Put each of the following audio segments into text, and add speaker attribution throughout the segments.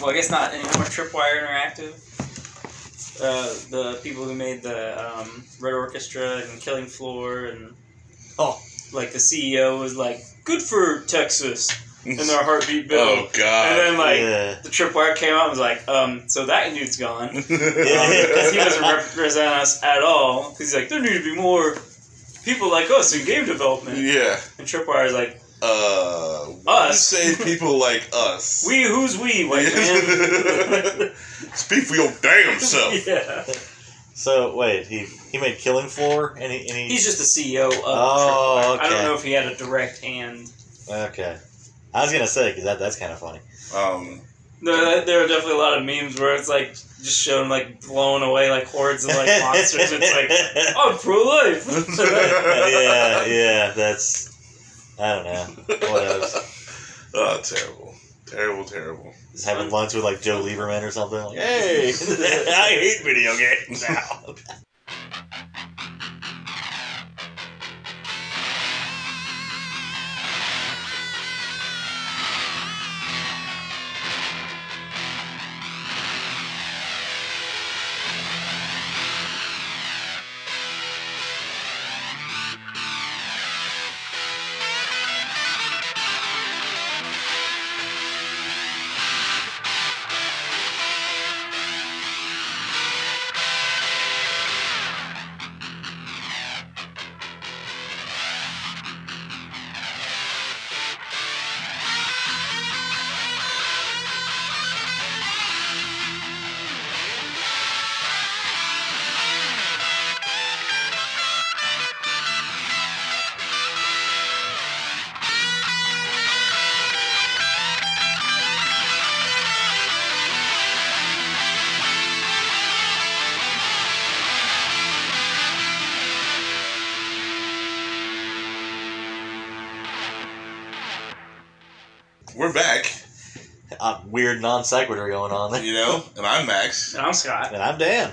Speaker 1: well, I guess not anymore. Tripwire Interactive. Uh, the people who made the um, Red Orchestra and Killing Floor and
Speaker 2: Oh.
Speaker 1: like the CEO was like, "Good for Texas," and their heartbeat bill.
Speaker 3: Oh God.
Speaker 1: and then like
Speaker 2: yeah.
Speaker 1: the Tripwire came out and was like, "Um, so that dude's gone." because
Speaker 2: Yeah.
Speaker 1: he doesn't represent us at all. He's like, there need to be more people like us in game development.
Speaker 3: yeah.
Speaker 1: And Tripwire is like,
Speaker 3: Uh,
Speaker 1: Us.
Speaker 3: Say people like us.
Speaker 1: we who's we, white man?
Speaker 3: Speak for your damn self.
Speaker 1: yeah.
Speaker 2: So wait, he he made Killing Floor, and he, and he
Speaker 1: He's just the CEO of Tripwire.
Speaker 2: Oh,
Speaker 1: I don't
Speaker 2: okay.
Speaker 1: know if he had a direct hand.
Speaker 2: okay. I was gonna say because that, that's kind of funny.
Speaker 3: Um,
Speaker 1: There, there are definitely a lot of memes where it's like just showing like blown away like hordes of like monsters. It's like, oh, pro life.
Speaker 2: yeah, yeah, that's I don't know. What else?
Speaker 3: oh, terrible, terrible, terrible.
Speaker 2: Just having lunch with like Joe Lieberman or something. Like, hey, I hate video games now.
Speaker 3: We're back,
Speaker 2: Uh, weird non sequitur going on there.
Speaker 3: you know, and I'm Max.
Speaker 1: and I'm Scott.
Speaker 2: And I'm Dan,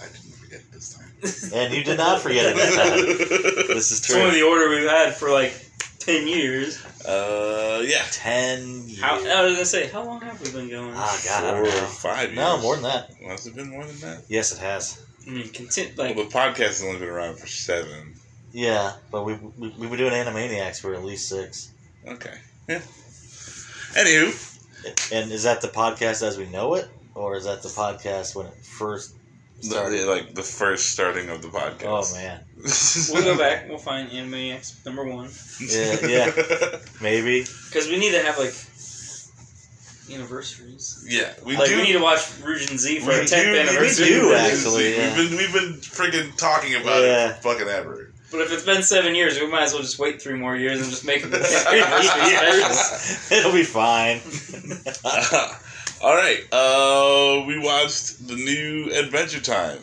Speaker 3: I didn't forget this time.
Speaker 2: and you did not forget it this time. This is
Speaker 1: It's one of
Speaker 2: true.
Speaker 1: the order we've had for like 10 years.
Speaker 3: uh, yeah.
Speaker 2: Ten years.
Speaker 1: How, I was going to say, how long have we been going?
Speaker 2: Ah, God, I don't
Speaker 3: Four or
Speaker 2: know.
Speaker 3: five years.
Speaker 2: No, more than that.
Speaker 3: Has it been more than that?
Speaker 2: Yes, it has.
Speaker 1: I mean, content, like,
Speaker 3: well, the podcast has only been around for seven.
Speaker 2: Yeah, but we we, we were doing Animaniacs for at least six.
Speaker 3: Okay. Yeah. Anywho,
Speaker 2: And is that the podcast as we know it, or is that the podcast when it first
Speaker 3: the,
Speaker 2: started?
Speaker 3: like the first starting of the podcast.
Speaker 2: Oh man,
Speaker 1: We'll go back. We'll find Animaniacs number one
Speaker 2: Yeah, yeah. maybe.
Speaker 1: because we need to have like anniversaries.
Speaker 3: yeah. We
Speaker 1: Like
Speaker 3: do.
Speaker 1: we need to watch Rouge and Z for
Speaker 3: we
Speaker 1: our tenth
Speaker 3: do-
Speaker 1: anniversary.
Speaker 2: do,
Speaker 3: we
Speaker 2: actually,
Speaker 3: We've
Speaker 2: yeah.
Speaker 3: been we've been freaking talking about
Speaker 2: Yeah.
Speaker 3: it for fucking ever.
Speaker 1: But if it's been seven years, we might as well just wait three more years and just make it the tenth anniversary special.
Speaker 2: It'll be fine.
Speaker 3: All right. Uh, we watched the new Adventure Time,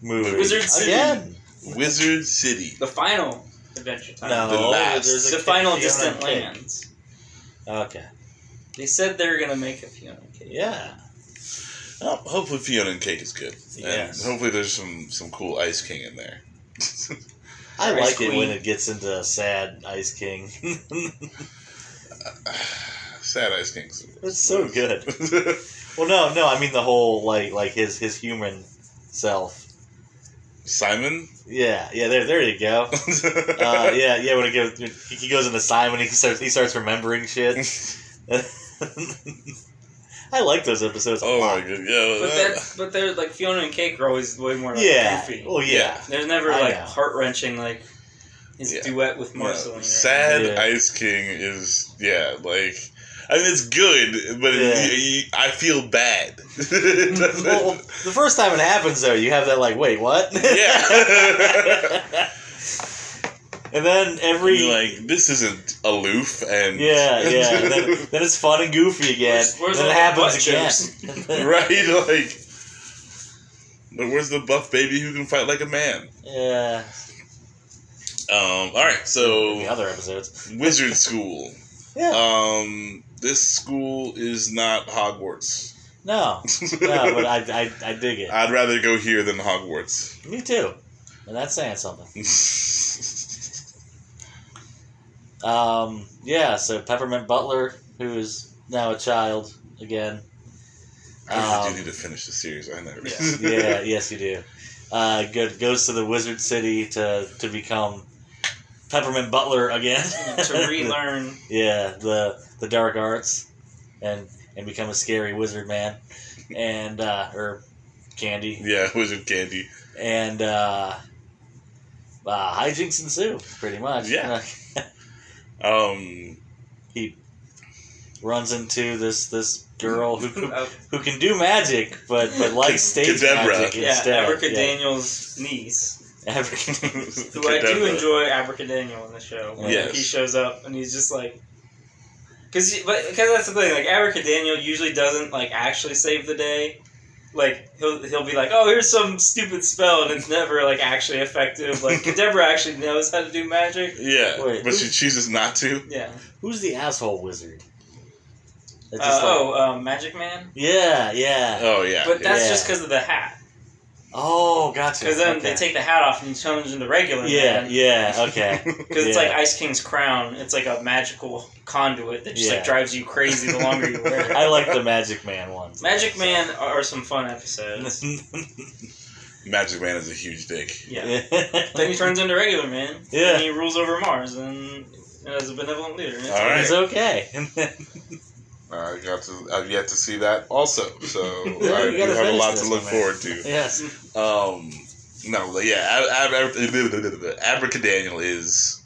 Speaker 2: Movie
Speaker 1: Wizard City.
Speaker 2: again.
Speaker 3: Wizard City.
Speaker 1: The final Adventure Time.
Speaker 2: No,
Speaker 3: The last.
Speaker 2: there's a
Speaker 1: The final
Speaker 2: Fiona
Speaker 1: Distant
Speaker 2: Cake.
Speaker 1: Lands.
Speaker 2: Okay.
Speaker 1: They said they were gonna make a Fiona Cake.
Speaker 2: Yeah.
Speaker 3: Oh, hopefully, Fiona and Cake is good. And
Speaker 2: Yes.
Speaker 3: hopefully, there's some some cool Ice King in there.
Speaker 2: I
Speaker 1: Ice
Speaker 2: like it when
Speaker 1: Queen.
Speaker 2: it gets into sad Ice King.
Speaker 3: Sad Ice King's.
Speaker 2: it's so good. Well, no, no, I mean the whole like like his his human self.
Speaker 3: Simon.
Speaker 2: Yeah, yeah. There, there you go. Uh, yeah, yeah. When it goes, he- he goes into Simon. He starts, he starts remembering shit. I like those episodes. a
Speaker 3: oh
Speaker 2: lot.
Speaker 3: my god. Yeah.
Speaker 1: But that's but they're like Fiona and Cake are always way more like
Speaker 2: Uh, Yeah.
Speaker 1: goofy.
Speaker 2: Well, yeah.
Speaker 1: There's never
Speaker 2: I
Speaker 1: like
Speaker 2: know.
Speaker 1: heart wrenching like his
Speaker 3: Yeah.
Speaker 1: duet with
Speaker 3: Yeah,
Speaker 1: Marceline. or
Speaker 3: Sad
Speaker 2: Yeah.
Speaker 3: Ice King is yeah, like I mean it's good, but
Speaker 2: Yeah.
Speaker 3: it, you, I feel bad.
Speaker 2: Well, the first time it happens, though, you have that like, wait, what?
Speaker 3: Yeah.
Speaker 2: and then every
Speaker 3: You're like this isn't aloof and
Speaker 2: yeah, yeah. and then, then it's fun and goofy again.
Speaker 1: Where's- where's
Speaker 2: then it
Speaker 1: all the
Speaker 2: happens
Speaker 1: butt
Speaker 2: again.
Speaker 3: right, like. But where's the buff baby who can fight like a man?
Speaker 2: Yeah.
Speaker 3: Um, all right,
Speaker 2: The
Speaker 3: so
Speaker 2: other episodes.
Speaker 3: wizard school.
Speaker 2: Yeah.
Speaker 3: Um, this school is not Hogwarts.
Speaker 2: no. No, but I, I, I dig it.
Speaker 3: I'd rather go here than Hogwarts.
Speaker 2: Me too. And that's saying something. Um, yeah, so Peppermint Butler, who is now a child again,
Speaker 3: I
Speaker 2: Um,
Speaker 3: do need to finish the series. I know.
Speaker 1: Yeah.
Speaker 2: yeah, yes, you do. Uh, good goes to the Wizard City to to become Peppermint Butler again
Speaker 1: to relearn.
Speaker 2: yeah, the the dark arts, and and become a scary wizard man, and uh, or candy,
Speaker 3: yeah, Wizard Candy.
Speaker 2: and uh, uh, hijinks ensue pretty much.
Speaker 3: Yeah. Um,
Speaker 2: runs into this this girl who who,
Speaker 1: Oh,
Speaker 2: who can do magic, but but likes stage
Speaker 3: Kadabra.
Speaker 2: magic
Speaker 1: yeah,
Speaker 2: instead.
Speaker 1: Abracadaniel's Daniel's niece,
Speaker 2: Yeah, Abracad-
Speaker 1: who I do
Speaker 3: Kadabra.
Speaker 1: enjoy Abracadaniel in the show. When
Speaker 3: Yes.
Speaker 1: he shows up and he's just like, because but because that's the thing. Like Abracadaniel usually doesn't like actually save the day. Like he'll he'll be like, oh, here's some stupid spell, and it's never like actually effective. Like Deborah actually knows how to do magic.
Speaker 3: Yeah,
Speaker 2: Wait,
Speaker 3: but
Speaker 2: who-
Speaker 3: she chooses not to.
Speaker 1: Yeah.
Speaker 2: Who's the asshole wizard? It's
Speaker 1: Uh,
Speaker 2: just like-
Speaker 1: oh, um, Magic Man.
Speaker 2: yeah, yeah.
Speaker 3: Oh yeah,
Speaker 1: But that's
Speaker 2: Yeah.
Speaker 1: just because of the hat.
Speaker 2: Oh, gotcha.
Speaker 1: Because then
Speaker 2: okay.
Speaker 1: um, they take the hat off and he turns into regular.
Speaker 2: Yeah, yeah, okay.
Speaker 1: Because it's
Speaker 2: yeah.
Speaker 1: like Ice King's crown. It's like a magical conduit that just
Speaker 2: Yeah.
Speaker 1: like drives you crazy the longer you wear it.
Speaker 2: I like the Magic Man ones.
Speaker 1: Magic Man are some fun episodes.
Speaker 3: Magic Man is a huge dick.
Speaker 1: Yeah. then he turns into regular man.
Speaker 2: Yeah.
Speaker 1: And he rules over Mars and as a benevolent leader.
Speaker 3: All right.
Speaker 2: It's okay.
Speaker 3: I Uh, got to. I've yet to see that also, so
Speaker 2: You
Speaker 3: I do
Speaker 2: gotta
Speaker 3: have a
Speaker 2: finish
Speaker 3: lot
Speaker 2: this
Speaker 3: to look
Speaker 2: one, man.
Speaker 3: forward to.
Speaker 2: yes.
Speaker 3: Um, no, but yeah, Ab- Ab- Ab- Abracadaniel is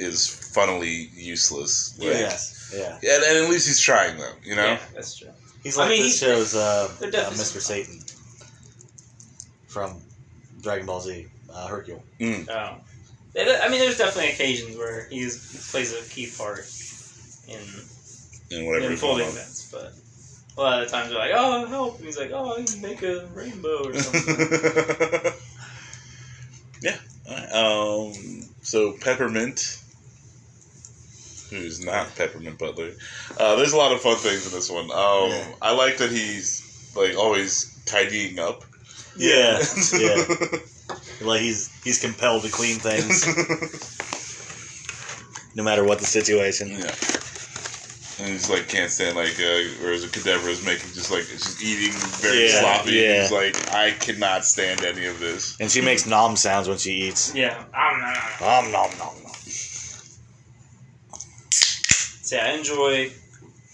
Speaker 3: is funnily useless. Like,
Speaker 2: Yes. Yeah.
Speaker 3: and, and at least he's trying though. You know,
Speaker 1: Yeah, that's true.
Speaker 2: He's
Speaker 1: I
Speaker 2: like
Speaker 1: mean,
Speaker 2: this
Speaker 1: he-
Speaker 2: show's uh, uh,
Speaker 1: They're definitely-
Speaker 2: Mr. Satan from Dragon Ball Z, uh, Hercule.
Speaker 1: Um, I mean, there's definitely occasions where he plays a key part in
Speaker 3: and whatever.
Speaker 1: in
Speaker 3: is going
Speaker 1: folding
Speaker 3: on.
Speaker 1: vents, but a lot of the times they're like, "Oh, help!" And he's like, "Oh, I can make a rainbow or something."
Speaker 3: yeah. alright, Um. So peppermint, who's not peppermint Butler. Uh, there's a lot of fun things in this one. Um,
Speaker 2: Yeah.
Speaker 3: I like that he's like always tidying up.
Speaker 2: Yeah. Like he's he's compelled to clean things no matter what the situation.
Speaker 3: yeah. And he's like can't stand like uh, or is it Kadabra is making just like she's eating very
Speaker 2: Yeah,
Speaker 3: sloppy.
Speaker 2: yeah.
Speaker 3: And he's like I cannot stand any of this.
Speaker 2: And she makes nom sounds when she eats.
Speaker 1: yeah, I'm not.
Speaker 2: Nom nom nom nom.
Speaker 1: So yeah, I enjoy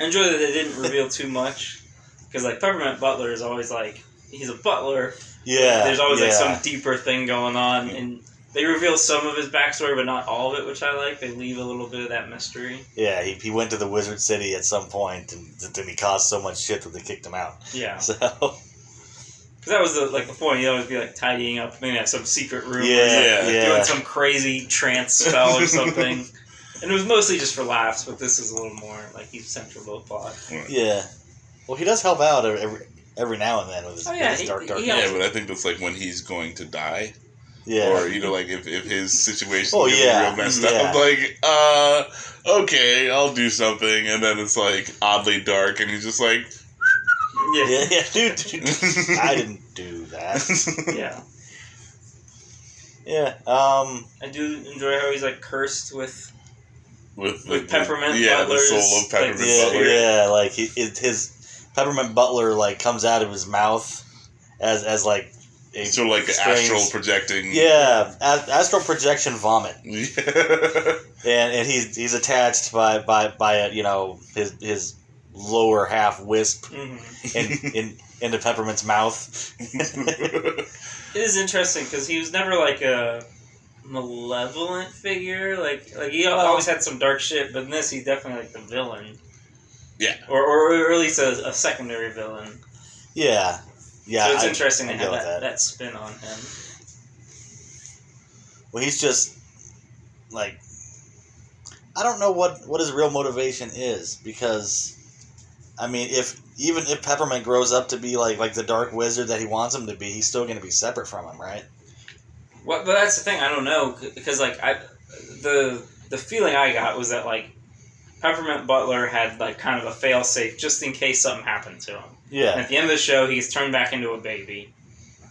Speaker 1: I enjoy that they didn't reveal too much because like Peppermint Butler is always like he's a butler.
Speaker 2: Yeah.
Speaker 1: There's always like
Speaker 2: yeah.
Speaker 1: some deeper thing going on, and they reveal some of his backstory, but not all of it, which I like. They leave a little bit of that mystery.
Speaker 2: Yeah, he, he went to the Wizard City at some point, and th- then he caused so much shit that they kicked him out.
Speaker 1: Yeah,
Speaker 2: So
Speaker 1: because that was the, like the point. He'd always be like tidying up, maybe have some secret room. or
Speaker 2: yeah,
Speaker 3: Yeah.
Speaker 2: yeah,
Speaker 1: doing some crazy trance spell or something. and it was mostly just for laughs, but this is a little more like he's central to the plot.
Speaker 2: yeah. Well, he does help out every every now and then with his,
Speaker 1: Oh, yeah,
Speaker 2: with his
Speaker 1: he-
Speaker 2: dark dark.
Speaker 1: he
Speaker 2: yeah.
Speaker 3: Yeah, but I think that's like when he's going to die.
Speaker 2: yeah.
Speaker 3: or you know, like if, if his situation
Speaker 2: Oh,
Speaker 3: gets
Speaker 2: yeah,
Speaker 3: real messed
Speaker 2: yeah.
Speaker 3: up, like uh, okay, I'll do something, and then it's like oddly dark, and he's just like,
Speaker 1: Yeah.
Speaker 2: yeah, yeah, dude, dude, I didn't do that.
Speaker 1: Yeah.
Speaker 2: Yeah. Um.
Speaker 1: I do enjoy how he's like cursed with
Speaker 3: with, the-
Speaker 1: With Peppermint
Speaker 3: yeah,
Speaker 1: Butler's,
Speaker 3: the soul of peppermint
Speaker 1: like,
Speaker 2: Yeah,
Speaker 3: butler.
Speaker 2: yeah. Like he, it, his peppermint butler like comes out of his mouth as as like a
Speaker 3: So like
Speaker 2: strange-
Speaker 3: astral projecting.
Speaker 2: Yeah, a- astral projection vomit,
Speaker 3: Yeah.
Speaker 2: and and he's he's attached by by by uh, you know his his lower half wisp
Speaker 1: mhm.
Speaker 2: in in into peppermint's mouth.
Speaker 1: It is interesting because he was never like a malevolent figure. Like like he al- always had some dark shit, but in this he's definitely like the villain.
Speaker 3: Yeah.
Speaker 1: Or or, or at least a, a secondary villain.
Speaker 2: Yeah, yeah.
Speaker 1: so it's
Speaker 2: I-
Speaker 1: interesting
Speaker 2: I
Speaker 1: to
Speaker 2: go
Speaker 1: have
Speaker 2: with
Speaker 1: that,
Speaker 2: that.
Speaker 1: that. spin on him.
Speaker 2: Well, he's just like I don't know what what his real motivation is because I mean, if even if Peppermint grows up to be like like the dark wizard that he wants him to be, he's still going to be separate from him, right?
Speaker 1: Well, but that's the thing. I don't know c- because like I, the the feeling I got was that like Peppermint Butler had like kind of a failsafe just in case something happened to him. And
Speaker 2: Yeah.
Speaker 1: at the end of the show, he's turned back into a baby.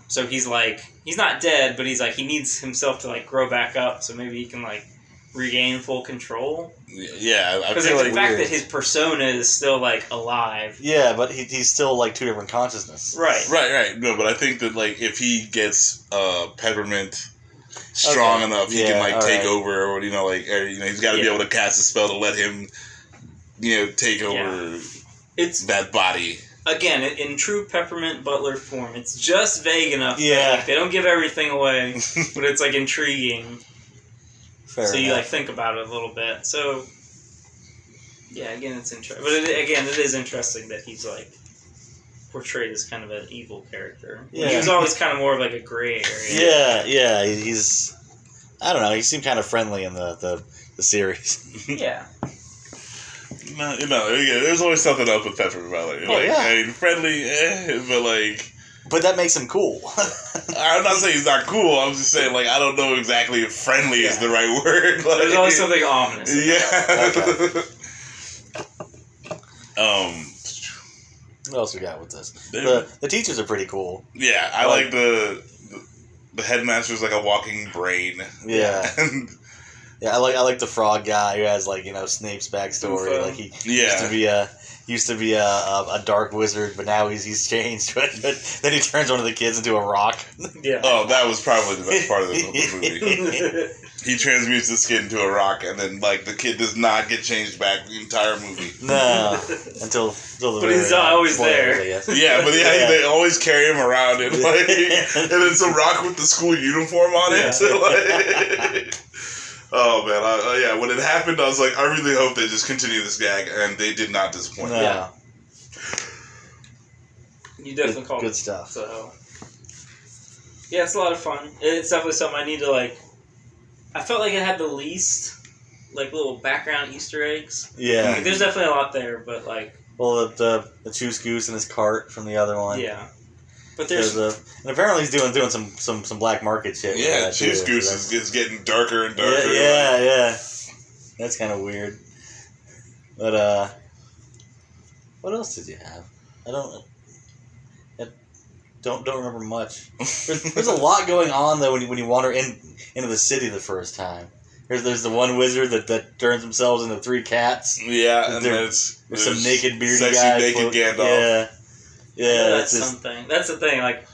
Speaker 1: So he's like he's not dead, but he's like he needs himself to like grow back up. So maybe he can like regain full control?
Speaker 3: Yeah, I I
Speaker 1: Because
Speaker 3: feel
Speaker 1: like,
Speaker 3: like
Speaker 1: the fact
Speaker 2: weird.
Speaker 1: that his persona is still like alive,
Speaker 2: Yeah, but he, he's still like two different consciousness.
Speaker 1: right?
Speaker 3: Right, right. No, but I think that like if he gets uh peppermint strong
Speaker 2: Okay.
Speaker 3: enough, he
Speaker 2: Yeah,
Speaker 3: can like
Speaker 2: all
Speaker 3: take
Speaker 2: right.
Speaker 3: over, or you know, like or, you know, he's got to
Speaker 1: Yeah.
Speaker 3: be able to cast a spell to let him, you know, take over
Speaker 1: It's
Speaker 3: that body.
Speaker 1: again in- in true peppermint butler form. It's just vague enough. that,
Speaker 2: Yeah.
Speaker 1: like, they don't give everything away, but it's like intriguing.
Speaker 2: Fair
Speaker 1: so you like
Speaker 2: enough.
Speaker 1: think about it a little bit. So yeah, again, it's interesting. But it, again, it is interesting that he's like portrayed as kind of an evil character. He
Speaker 2: Yeah.
Speaker 1: was always kind of more of like a gray area.
Speaker 2: yeah, yeah, he- he's. I don't know. He seemed kind of friendly in the the, the series.
Speaker 1: Yeah.
Speaker 3: No, you know, yeah, there's always something up with peppermint. Like,
Speaker 2: Oh,
Speaker 3: like,
Speaker 2: yeah.
Speaker 3: I mean, friendly, eh, but like.
Speaker 2: But that makes him cool.
Speaker 3: I'm not saying he's not cool. I'm just saying, like, I don't know exactly if friendly is the right word. Like,
Speaker 1: There's always something ominous. about
Speaker 2: Okay.
Speaker 3: Yeah. um.
Speaker 2: what else we got with this?
Speaker 3: there-
Speaker 2: The, the teachers are pretty cool.
Speaker 3: Yeah, I
Speaker 2: Like-
Speaker 3: like the the headmaster's like a walking brain.
Speaker 2: Yeah,
Speaker 3: And
Speaker 2: yeah. I like I like the frog guy who has like you know Snape's backstory.
Speaker 1: Goofo.
Speaker 2: Like he used to
Speaker 3: yeah,
Speaker 2: be a used to be a, a, a dark wizard, but now he's he's changed. But, but then he turns one of the kids into a rock.
Speaker 1: it. Yeah.
Speaker 3: oh, that was probably the best part of the whole movie.
Speaker 1: yeah.
Speaker 3: He transmutes his kid into a rock, and then like the kid does not get changed back the entire movie.
Speaker 2: No, until, until the
Speaker 1: But
Speaker 2: very
Speaker 1: he's uh,
Speaker 2: end.
Speaker 1: always there.
Speaker 2: Spoilers, I guess.
Speaker 3: Yeah, but yeah,
Speaker 2: Yeah.
Speaker 3: they always carry him around, and like, and it's a rock with the school uniform on it.
Speaker 2: Yeah.
Speaker 3: so, like- oh man, I, I- yeah. When it happened, I was like, I really hope they just continue this gag, and they did not disappoint.
Speaker 2: No.
Speaker 1: Yeah. You definitely
Speaker 2: Good,
Speaker 1: called
Speaker 2: good
Speaker 1: it.
Speaker 2: stuff.
Speaker 1: So yeah, it's a lot of fun. It's definitely something I need to like. I felt like it had the least like little background Easter eggs.
Speaker 2: Yeah.
Speaker 1: Like, there's definitely a lot there, but like.
Speaker 2: Well, the, the the Choose Goose and his cart from the other one.
Speaker 1: Yeah, but there's,
Speaker 2: There's a, and apparently he's doing doing some some some black market shit. with
Speaker 3: Yeah,
Speaker 2: that,
Speaker 3: Juice
Speaker 2: too,
Speaker 3: Goose
Speaker 2: so
Speaker 3: is, is getting darker and
Speaker 2: that's-
Speaker 3: darker.
Speaker 2: Yeah, yeah, yeah. That's kind of weird. But uh, what else did you have? I don't. I don't don't remember much. There's, there's a lot going on though when you when you wander in into the city the first time. There's there's the one wizard that that turns themselves into three cats.
Speaker 3: Yeah, and
Speaker 2: There-
Speaker 3: then it's
Speaker 2: There's some naked bearded
Speaker 3: sexy
Speaker 2: guy.
Speaker 3: naked
Speaker 2: float-
Speaker 3: Gandalf.
Speaker 2: Yeah, yeah.
Speaker 1: that's
Speaker 2: That's just,
Speaker 1: something. That's the thing. Like,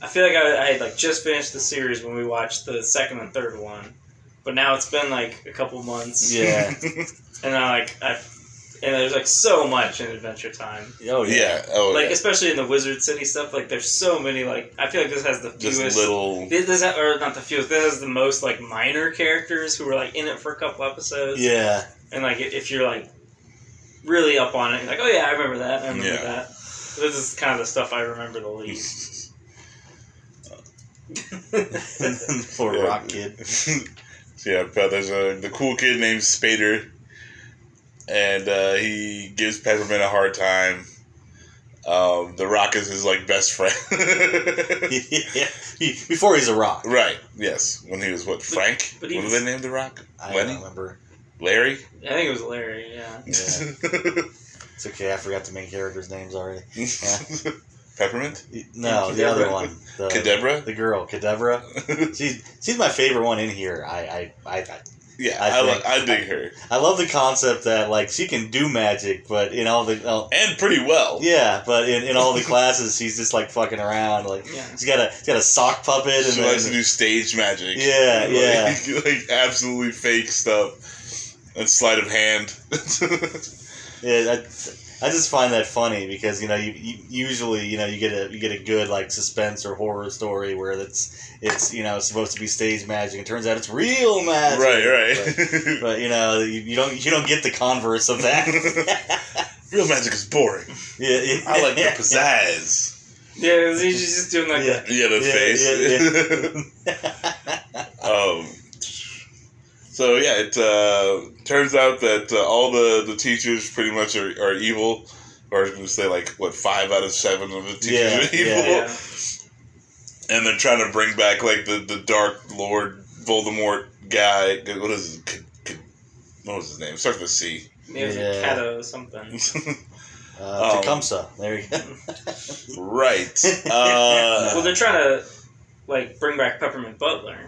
Speaker 1: I feel like I, I had like just finished the series when we watched the second and third one, but now it's been like a couple months.
Speaker 2: yeah.
Speaker 1: and I like I, and there's like so much in Adventure Time.
Speaker 2: Oh yeah.
Speaker 3: yeah. Oh,
Speaker 1: like
Speaker 3: yeah.
Speaker 1: especially in the Wizard City stuff. Like, there's so many. Like, I feel like this has the
Speaker 3: just
Speaker 1: fewest.
Speaker 3: little.
Speaker 1: This this ha- or not the fewest. This has the most like minor characters who were like in it for a couple episodes.
Speaker 2: Yeah.
Speaker 1: And like if if you're like really up on it, you're like, oh yeah, I remember that. I remember
Speaker 3: Yeah.
Speaker 1: that. This is kind of the stuff I remember the least.
Speaker 2: Poor
Speaker 3: Yeah.
Speaker 2: rock kid.
Speaker 3: yeah, but there's a the cool kid named Spader, and uh, he gives Peppermint a hard time. Um, the Rock is his like best friend.
Speaker 2: yeah. He- Before he's a rock.
Speaker 3: right. Yes. When he was what Frank?
Speaker 1: but he
Speaker 3: what did
Speaker 1: was-
Speaker 3: they name the Rock?
Speaker 2: I
Speaker 3: Lenny?
Speaker 2: don't remember.
Speaker 3: Larry?
Speaker 1: I think it was Larry. Yeah.
Speaker 2: Yeah. It's okay. I forgot the main characters' names already.
Speaker 3: Peppermint?
Speaker 2: No, the other
Speaker 1: Kadabra.
Speaker 2: one. The,
Speaker 3: Cadabra?
Speaker 2: the girl, Cadabra. She's she's my favorite one in here. I I, I
Speaker 3: Yeah,
Speaker 2: I
Speaker 3: I,
Speaker 2: think-
Speaker 3: like I dig her
Speaker 2: I love the concept that like she can do magic, but in all the all,
Speaker 3: and pretty well.
Speaker 2: yeah, but in, in all the classes she's just like fucking around. Like
Speaker 1: Yeah.
Speaker 2: she's got a she's got a sock puppet and
Speaker 3: She likes to
Speaker 2: then,
Speaker 3: do stage magic.
Speaker 2: yeah
Speaker 3: like,
Speaker 2: yeah
Speaker 3: like absolutely fake stuff and sleight of hand.
Speaker 2: yeah. I, I just find that funny because you know you, you usually you know you get a you get a good like suspense or horror story where it's it's you know supposed to be stage magic. It turns out it's real magic.
Speaker 3: right,
Speaker 2: But,
Speaker 3: right.
Speaker 2: but, you know you, you don't you don't get the converse of that.
Speaker 3: Real magic is boring.
Speaker 2: yeah, yeah.
Speaker 3: I like the pizzazz.
Speaker 1: Yeah, he's just- just doing like
Speaker 2: Yeah.
Speaker 3: Yeah, the
Speaker 2: Yeah,
Speaker 3: face. um, so yeah, it uh, turns out that uh, all the, the teachers pretty much are, are evil. Or I was going to say like what five out of seven of the teachers
Speaker 2: Yeah,
Speaker 3: are evil.
Speaker 1: that. Yeah.
Speaker 3: and they're trying to bring back like the, the Dark Lord Voldemort guy. What is his, what was his name? Starts with a C.
Speaker 1: It was
Speaker 2: Yeah.
Speaker 1: a Kato or something.
Speaker 2: Uh,
Speaker 3: Um,
Speaker 2: Tecumseh. There you go.
Speaker 3: right. Uh,
Speaker 1: well, they're trying to like bring back Peppermint Butler.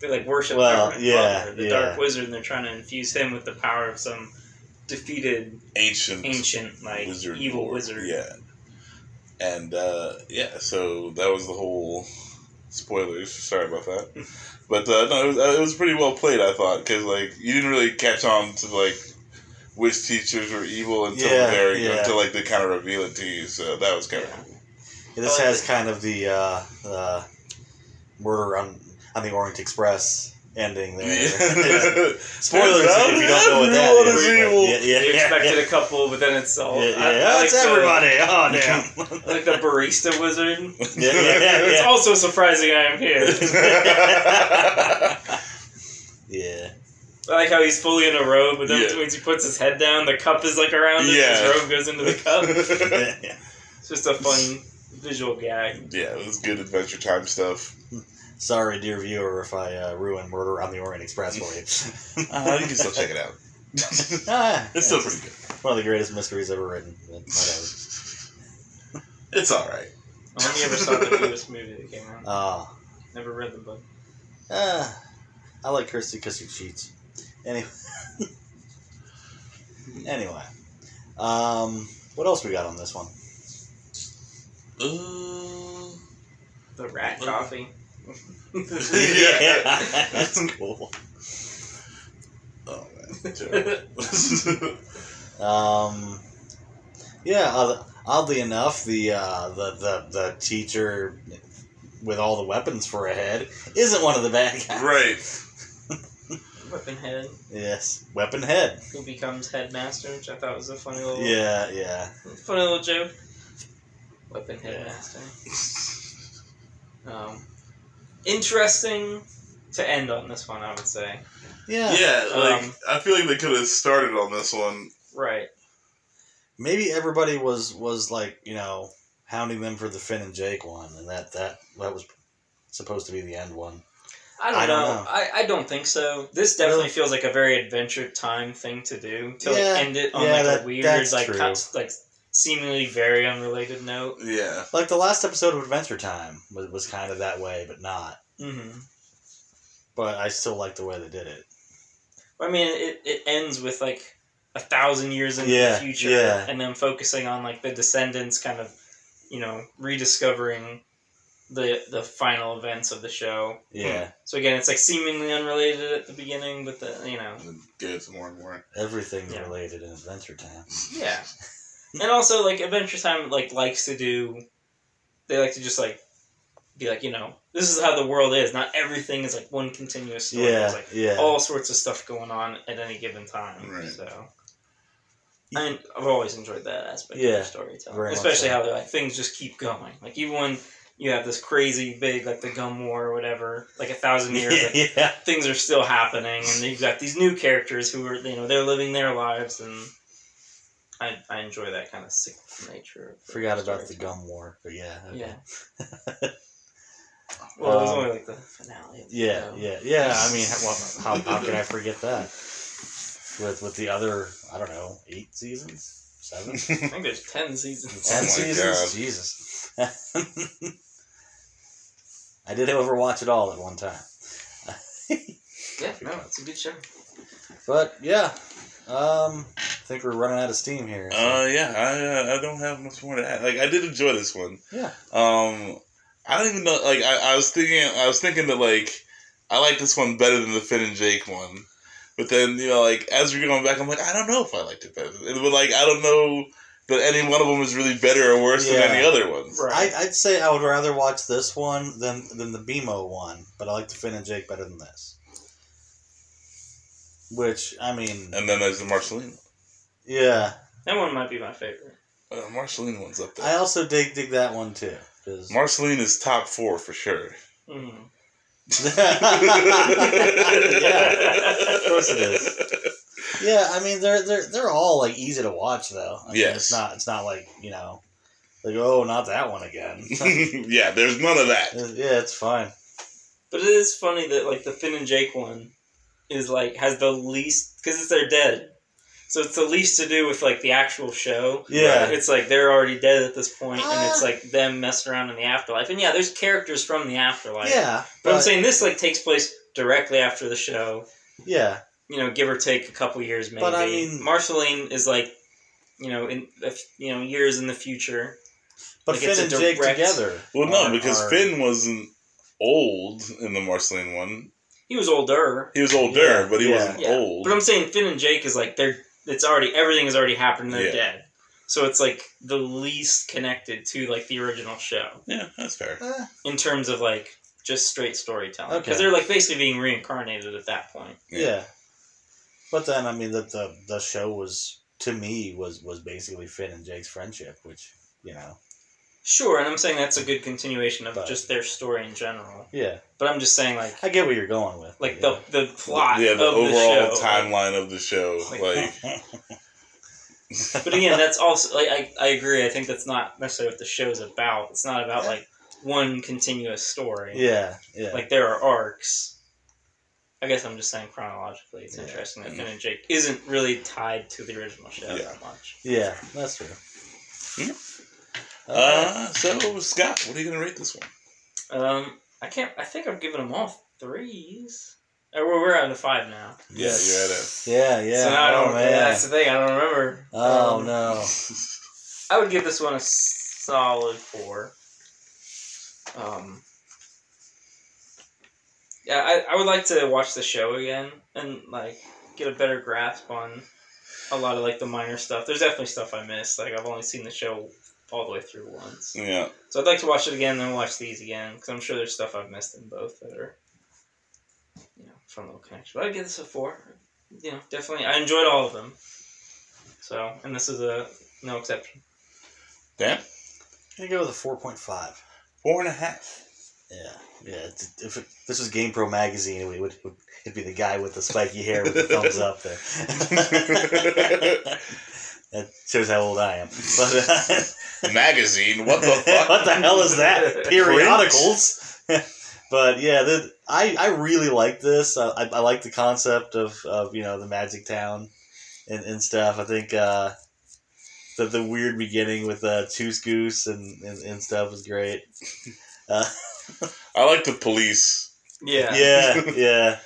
Speaker 1: they like worship
Speaker 2: Well,
Speaker 1: Peppermint
Speaker 2: yeah,
Speaker 1: Father, the
Speaker 2: yeah.
Speaker 1: Dark Wizard, and they're trying to infuse him with the power of some defeated
Speaker 3: ancient,
Speaker 1: ancient like
Speaker 3: wizard
Speaker 1: evil
Speaker 3: lord.
Speaker 1: wizard.
Speaker 3: Yeah. And uh, yeah, so that was the whole spoilers. Sorry about that, but uh, no, it was, uh, it was pretty well played. I thought because like you didn't really catch on to like which teachers were evil until
Speaker 2: Yeah,
Speaker 3: very
Speaker 2: yeah.
Speaker 3: until like they kind of reveal it to you. So that was kind of cool.
Speaker 2: This
Speaker 1: Oh,
Speaker 2: has
Speaker 1: the-
Speaker 2: kind of the uh, uh, murder on on the Orient Express ending there. Yeah. Spoilers if you don't know what that
Speaker 3: Everyone
Speaker 2: is.
Speaker 3: is
Speaker 2: but
Speaker 3: evil.
Speaker 2: Yeah, yeah,
Speaker 1: You
Speaker 2: yeah,
Speaker 1: expected
Speaker 2: yeah.
Speaker 1: a couple, but then it's all.
Speaker 2: Yeah,
Speaker 1: I- I
Speaker 2: yeah. Oh,
Speaker 1: like
Speaker 2: it's
Speaker 1: the-
Speaker 2: everybody. Oh damn.
Speaker 1: I like the barista wizard.
Speaker 2: Yeah, yeah,
Speaker 1: It's
Speaker 2: yeah.
Speaker 1: also surprising I am here.
Speaker 2: yeah.
Speaker 1: I like how he's fully in a robe, but then
Speaker 3: Yeah.
Speaker 1: once he puts his head down, the cup is like around him.
Speaker 3: Yeah.
Speaker 1: His robe goes into the cup.
Speaker 2: Yeah, yeah.
Speaker 1: It's just a fun visual gag.
Speaker 3: yeah, it was good Adventure Time stuff.
Speaker 2: Sorry, dear viewer, if I uh, ruin Murder on the Orient Express for you.
Speaker 3: Uh, you can still check it out. it's
Speaker 2: Ah,
Speaker 3: still
Speaker 2: it's
Speaker 3: pretty good.
Speaker 2: one of the greatest mysteries ever written. but Whatever.
Speaker 3: It's all right.
Speaker 1: I only ever saw the newest movie that came out.
Speaker 2: Oh.
Speaker 1: Never read the book.
Speaker 2: Ah, I like Kirsty because she cheats. Anyway. anyway. Um, what else we got on this one?
Speaker 3: Uh,
Speaker 1: The rat coffee.
Speaker 3: Yeah.
Speaker 2: that's cool.
Speaker 3: Oh man, terrible.
Speaker 2: Um, yeah, odd- oddly enough, the, uh, the, the, the teacher with all the weapons for a head isn't one of the bad guys.
Speaker 3: right.
Speaker 1: Weaponhead,
Speaker 2: Yes, weapon head.
Speaker 1: who becomes headmaster, which I thought was a funny little,
Speaker 2: Yeah, yeah.
Speaker 1: funny little joke. Weapon
Speaker 2: Yeah.
Speaker 1: headmaster. Um, interesting to end on this one, I would say.
Speaker 2: Yeah.
Speaker 3: Yeah, like
Speaker 1: Um,
Speaker 3: I feel like they could have started on this one.
Speaker 1: Right.
Speaker 2: maybe everybody was was like you know hounding them for the Finn and Jake one, and that that that was supposed to be the end one.
Speaker 1: I don't,
Speaker 2: I don't
Speaker 1: know.
Speaker 2: know.
Speaker 1: I, I don't think so. This definitely
Speaker 2: Really?
Speaker 1: feels like a very adventure time thing to do to like,
Speaker 2: Yeah.
Speaker 1: end it on
Speaker 2: Yeah,
Speaker 1: like
Speaker 2: that-
Speaker 1: a weird,
Speaker 2: that's
Speaker 1: like
Speaker 2: true.
Speaker 1: cut, like seemingly very unrelated note.
Speaker 3: Yeah,
Speaker 2: Like the last episode of Adventure Time was, was kind of that way, but not.
Speaker 1: Mm-hmm.
Speaker 2: But I still like the way they did it.
Speaker 1: I mean, it, it ends with like a thousand years into
Speaker 2: Yeah,
Speaker 1: the future,
Speaker 2: yeah.
Speaker 1: and then focusing on like the descendants, kind of, you know, rediscovering the the final events of the show.
Speaker 2: Yeah,
Speaker 1: So again, it's like seemingly unrelated at the beginning, but the you know,
Speaker 3: and then get it some more and more.
Speaker 2: everything's
Speaker 1: Yeah.
Speaker 2: related in Adventure Time.
Speaker 1: Yeah. And also like Adventure Time like likes to do they like to just like be like, you know, this is how the world is. Not everything is like one continuous story. There's
Speaker 2: yeah,
Speaker 1: like
Speaker 2: yeah.
Speaker 1: all sorts of stuff going on at any given time.
Speaker 3: Right.
Speaker 1: So and I've always enjoyed that aspect of
Speaker 2: Yeah,
Speaker 1: of storytelling.
Speaker 2: very much
Speaker 1: Especially
Speaker 2: so.
Speaker 1: how like things just keep going. Like even when you have this crazy big like the gum war or whatever, like a thousand years like,
Speaker 2: yeah, yeah.
Speaker 1: things are still happening, and you've got these new characters who are, you know, they're living their lives, and I, I enjoy that kind of cyclical nature. of the
Speaker 2: Forgot about the
Speaker 1: story.
Speaker 2: gum war, but yeah, okay.
Speaker 1: Yeah. Well, it was
Speaker 2: Um,
Speaker 1: only like the finale. Of the
Speaker 2: Yeah,
Speaker 1: show.
Speaker 2: yeah, yeah. I mean, how, how, how can I forget that? With with the other, I don't know, eight seasons, seven.
Speaker 1: I think there's ten seasons.
Speaker 3: Oh
Speaker 2: Ten
Speaker 3: my
Speaker 2: seasons?
Speaker 3: God.
Speaker 2: Jesus. I did, however, watch it all at one time.
Speaker 1: Yeah, no, it's a good show.
Speaker 2: But yeah, um, I think we're running out of steam here. so-
Speaker 3: Uh, yeah, I uh, I don't have much more to add. Like I did enjoy this one.
Speaker 2: yeah.
Speaker 3: Um, I don't even know. Like I, I was thinking, I was thinking that like I like this one better than the Finn and Jake one. But then you know, like as we're going back, I'm like, I don't know if I liked it better. But like I don't know that any one of them is really better or worse
Speaker 2: Yeah.
Speaker 3: than any other ones.
Speaker 1: Right.
Speaker 2: I, I'd say I would rather watch this one than than the BMO one, but I like the Finn and Jake better than this. Which I mean,
Speaker 1: Um,
Speaker 3: And then there's the Marceline.
Speaker 2: yeah,
Speaker 1: that one might be my favorite.
Speaker 3: Uh, Marceline one's up there.
Speaker 2: I also dig dig that one too. 'cause-
Speaker 3: Marceline is top four for sure.
Speaker 1: Mm.
Speaker 2: yeah, of course it is. Yeah, I mean they're they're they're all like easy to watch though. I mean,
Speaker 3: Yes.
Speaker 2: it's not it's not like you know, like oh not that one again. yeah,
Speaker 3: yeah, there's none of that.
Speaker 2: it's fine.
Speaker 1: But it is funny that like the Finn and Jake one is like has the least because it's their dead. So it's the least to do with like the actual show.
Speaker 2: Yeah.
Speaker 1: It's like they're already dead at this point, and it's
Speaker 2: Ah.
Speaker 1: like them messing around in the afterlife. And yeah, there's characters from the afterlife.
Speaker 2: yeah,
Speaker 1: But, I'm saying this like takes place directly after the show.
Speaker 2: yeah,
Speaker 1: You know, give or take a couple years maybe.
Speaker 2: But I mean-
Speaker 1: Marceline is like, you know, in a f- you know years in the future.
Speaker 2: but
Speaker 1: Like, it's
Speaker 2: Finn
Speaker 1: a
Speaker 2: and Jake
Speaker 1: direct-
Speaker 2: together.
Speaker 3: Well, no,
Speaker 2: are-
Speaker 3: because
Speaker 2: are-
Speaker 3: Finn wasn't old in the Marceline one.
Speaker 1: He was older,
Speaker 3: He was older,
Speaker 2: Yeah,
Speaker 3: but he
Speaker 2: yeah.
Speaker 3: wasn't
Speaker 1: Yeah.
Speaker 3: old.
Speaker 1: but I'm saying Finn and Jake is like they're it's already everything has already happened. They're
Speaker 3: Yeah.
Speaker 1: dead. So it's like the least connected to like the original show.
Speaker 3: yeah, that's fair.
Speaker 2: Eh,
Speaker 1: in terms of like just straight storytelling because
Speaker 2: Okay.
Speaker 1: they're like basically being reincarnated at that point.
Speaker 2: yeah. but then I mean that the the show was to me was was basically Finn and Jake's friendship, which you know,
Speaker 1: Sure, and I'm saying that's a good continuation of
Speaker 2: But-
Speaker 1: just their story in general.
Speaker 2: yeah,
Speaker 1: But I'm just saying like
Speaker 2: I get where you're going with.
Speaker 1: like
Speaker 2: yeah.
Speaker 1: the the plot
Speaker 3: yeah, the
Speaker 1: of
Speaker 3: overall
Speaker 1: the show.
Speaker 3: timeline of the show.
Speaker 1: Like-
Speaker 3: Like,
Speaker 1: But again, that's also like I, I agree. I think that's not necessarily what the show's about. It's not about like one continuous story.
Speaker 2: yeah, yeah,
Speaker 1: Like there are arcs. I guess I'm just saying chronologically. It's
Speaker 2: Yeah. Mm-hmm.
Speaker 1: interesting that Finn and Jake isn't really tied to the original show
Speaker 3: Yeah.
Speaker 1: that much.
Speaker 2: yeah, that's true.
Speaker 3: Hmm.
Speaker 2: Uh,
Speaker 3: uh, so Scott, what are you gonna rate this one?
Speaker 1: Um, I can't. I think I've given them all threes. Or we're, we're out of five now.
Speaker 3: Yeah, you're at it.
Speaker 2: yeah, yeah.
Speaker 1: So now I don't.
Speaker 2: oh man.
Speaker 1: That's the thing. I don't remember.
Speaker 2: Oh
Speaker 1: Um,
Speaker 2: no.
Speaker 1: I would give this one a solid four. Um. Yeah, I, I would like to watch the show again and like get a better grasp on a lot of like the minor stuff. There's definitely stuff I missed. Like I've only seen the show all the way through once.
Speaker 3: Yeah,
Speaker 1: So I'd like to watch it again, then watch these again, because I'm sure there's stuff I've missed in both that are, you know, from little connection. But I'd give this a four. You know, definitely, I enjoyed all of them. So, and this is a no exception.
Speaker 3: damn,
Speaker 2: I'm gonna go with a four point five.
Speaker 3: four and a half.
Speaker 2: Yeah, yeah. it's- If it, this was Game Pro magazine, it would, would it'd be the guy with the spiky hair with the thumbs up there. that shows how old I am. But uh,
Speaker 3: Magazine, what the fuck?
Speaker 2: what the hell is that? Periodicals. but yeah, the, I I really like this. I, I, I like the concept of, of you know the Magic Town and, and stuff. I think uh, the the weird beginning with uh, Choose Goose and, and, and stuff was great. Uh,
Speaker 3: I like the police.
Speaker 1: Yeah.
Speaker 2: yeah, yeah.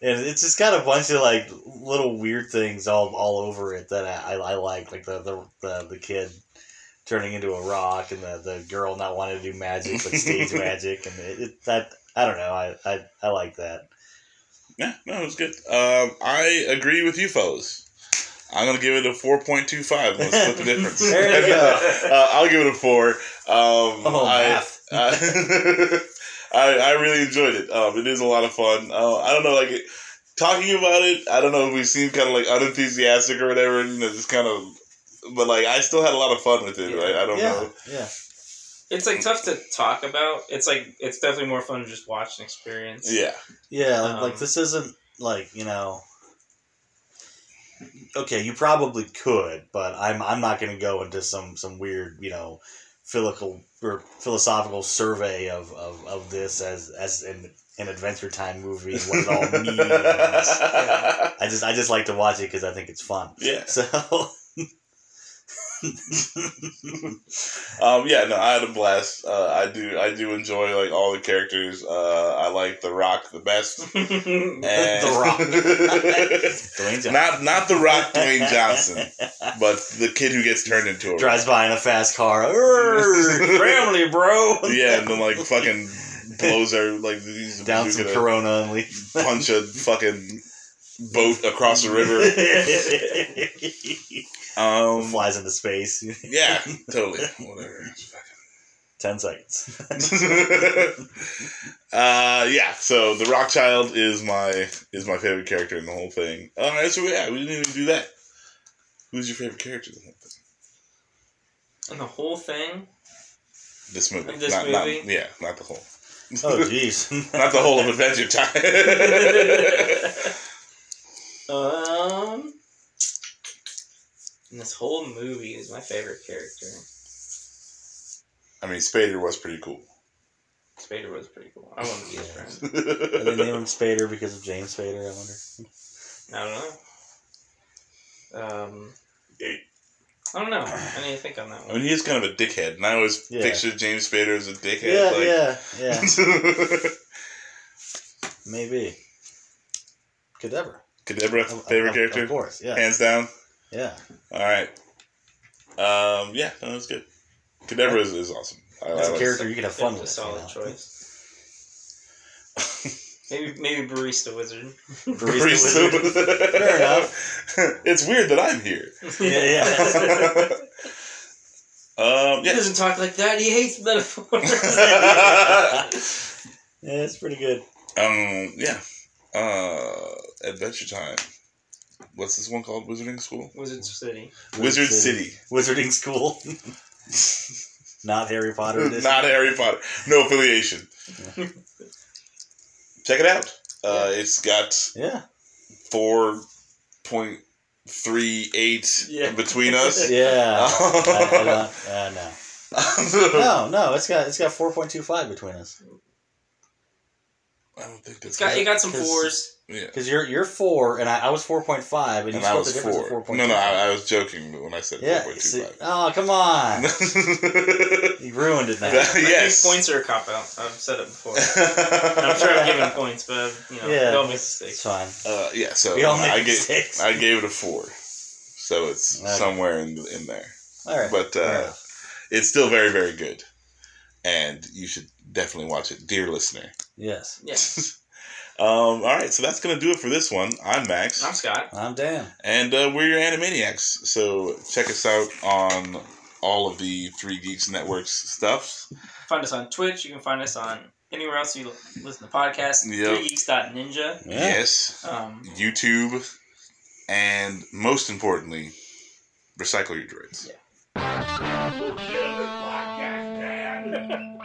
Speaker 2: And it's just got a bunch of like little weird things all all over it that I, I, I like, like the, the the the kid turning into a rock and the, the girl not wanting to do magic but stage magic and it, it, that I don't know I, I I like that.
Speaker 3: Yeah, no, it was good. Um, I agree with you fellas. I'm gonna give it a 4.25. Let's split the difference.
Speaker 2: There you go.
Speaker 3: Uh, I'll give it a four. Um,
Speaker 2: Oh,
Speaker 3: I,
Speaker 2: math.
Speaker 3: I, I I really enjoyed it. Um, it is a lot of fun. Uh, I don't know, like it, talking about it. I don't know if we seem kind of like unenthusiastic or whatever. You know, just kind of. But like, I still had a lot of fun with it.
Speaker 1: Yeah.
Speaker 3: Right? I don't
Speaker 2: Yeah,
Speaker 3: know.
Speaker 2: yeah,
Speaker 1: It's like tough to talk about. It's like, it's definitely more fun to just watch and experience.
Speaker 3: Yeah,
Speaker 2: yeah. Like,
Speaker 1: Um,
Speaker 2: like this isn't like you know. Okay, you probably could, but I'm I'm not going to go into some some weird you know philosophical or philosophical survey of, of, of this as as an, an Adventure Time movie and what it all means.
Speaker 1: Yeah.
Speaker 2: I just I just like to watch it because I think it's fun.
Speaker 3: yeah.
Speaker 2: So
Speaker 3: Um, yeah, no, I had a blast. Uh, I do, I do enjoy like all the characters. Uh, I like The Rock the best. And-
Speaker 2: The Rock. Dwayne Johnson
Speaker 3: not not The Rock, Dwayne Johnson, but the kid who gets turned into a
Speaker 2: drives by in a fast car. Err, Family, bro.
Speaker 3: rock. Yeah, and then like fucking blows her like he's
Speaker 2: Down
Speaker 3: he's
Speaker 2: some
Speaker 3: gonna
Speaker 2: Corona unleashed.
Speaker 3: punch a fucking boat across the river. Um,
Speaker 2: Flies into space.
Speaker 3: yeah, totally, whatever.
Speaker 2: Ten seconds.
Speaker 3: uh, yeah. So the Rock Child is my is my favorite character in the whole thing. All right, so yeah, we didn't even do that. Who's your favorite character in the whole thing?
Speaker 1: And the whole thing.
Speaker 3: This movie,
Speaker 1: Of this
Speaker 3: not, not-
Speaker 1: movie?
Speaker 3: yeah, not the whole,
Speaker 2: Oh, jeez.
Speaker 3: not the whole of Adventure Time.
Speaker 1: um, and this whole movie is my favorite character.
Speaker 3: I mean, Spader was pretty cool.
Speaker 1: Spader was pretty cool. I want to be his friend.
Speaker 2: Did they name him Spader because of James Spader? I wonder.
Speaker 1: I don't know. Um, I don't know. I need to think on that
Speaker 3: I
Speaker 1: one.
Speaker 3: mean, he is kind of a dickhead, and I always
Speaker 2: Yeah.
Speaker 3: picture James Spader as a dickhead.
Speaker 2: Yeah,
Speaker 3: like,
Speaker 2: yeah, yeah. Maybe. Cadabra.
Speaker 3: Kadebra,
Speaker 2: Of- of-
Speaker 3: favorite
Speaker 2: of-
Speaker 3: character,
Speaker 2: Of course, yeah.
Speaker 3: hands down.
Speaker 2: yeah.
Speaker 3: All right. Um, yeah, no, that's good. Kadebra is, is awesome. I,
Speaker 2: That's
Speaker 3: I
Speaker 2: a
Speaker 3: like-
Speaker 2: character you can have fun
Speaker 1: That was a
Speaker 2: with. you
Speaker 1: solid
Speaker 2: know?
Speaker 1: choice. Maybe maybe barista wizard.
Speaker 2: Barista
Speaker 3: Barista.
Speaker 2: Wizard. Fair
Speaker 3: it's weird that I'm here.
Speaker 2: yeah.
Speaker 3: um,
Speaker 1: He
Speaker 3: yeah.
Speaker 1: doesn't talk like that. He hates metaphors.
Speaker 2: yeah, it's pretty good.
Speaker 3: um, yeah. Uh, Adventure Time. What's this one called? Wizarding School?
Speaker 1: Wizard City.
Speaker 3: Wizard City.
Speaker 2: Wizarding School. Not Harry Potter edition.
Speaker 3: Not Harry Potter. No affiliation. Check it out. Uh, It's got
Speaker 2: yeah.
Speaker 3: four point three eight
Speaker 1: Yeah.
Speaker 3: between us.
Speaker 2: Yeah. I, I don't, uh, no.
Speaker 3: I
Speaker 2: No, no, it's got it's got four point two five between us.
Speaker 3: don't think that's
Speaker 1: It's got it got some
Speaker 2: Because-
Speaker 1: fours.
Speaker 3: yeah.
Speaker 2: Because you're you're four and I, I was four point five and you
Speaker 3: And
Speaker 2: split
Speaker 3: I
Speaker 2: the
Speaker 3: was
Speaker 2: difference at four
Speaker 3: four.
Speaker 2: point
Speaker 3: No,
Speaker 2: two.
Speaker 3: no, I, I was joking when I said
Speaker 2: yeah.
Speaker 3: four point two
Speaker 2: see-
Speaker 3: five.
Speaker 2: oh come on. you ruined it now.
Speaker 3: yes.
Speaker 1: I think points are a cop out. I've said it before. I'm sure I've given points, but you know,
Speaker 2: Yeah.
Speaker 1: yeah. don't make
Speaker 2: It's
Speaker 1: mistakes.
Speaker 2: fine.
Speaker 3: uh, yeah. So
Speaker 2: We all make
Speaker 3: I gave
Speaker 2: mistakes.
Speaker 3: I gave it a four, so it's
Speaker 2: Okay.
Speaker 3: somewhere in in there.
Speaker 2: All right.
Speaker 3: But
Speaker 2: fair
Speaker 3: uh,
Speaker 2: enough.
Speaker 3: it's still very very good, and you should definitely watch it, dear listener.
Speaker 2: yes,
Speaker 1: Yeah,
Speaker 3: um, all right, so that's gonna do it for this one. I'm Max.
Speaker 1: I'm Scott.
Speaker 2: I'm Dan.
Speaker 3: And uh, we're your Animaniacs. So check us out on all of the Three Geeks Networks stuff.
Speaker 1: Find us on Twitch. You can find us on anywhere else you listen to podcasts.
Speaker 3: Yep.
Speaker 1: Three geeks.ninja.
Speaker 3: Yes.
Speaker 1: Um,
Speaker 3: YouTube. And most importantly, recycle your droids.
Speaker 4: Podcast Man.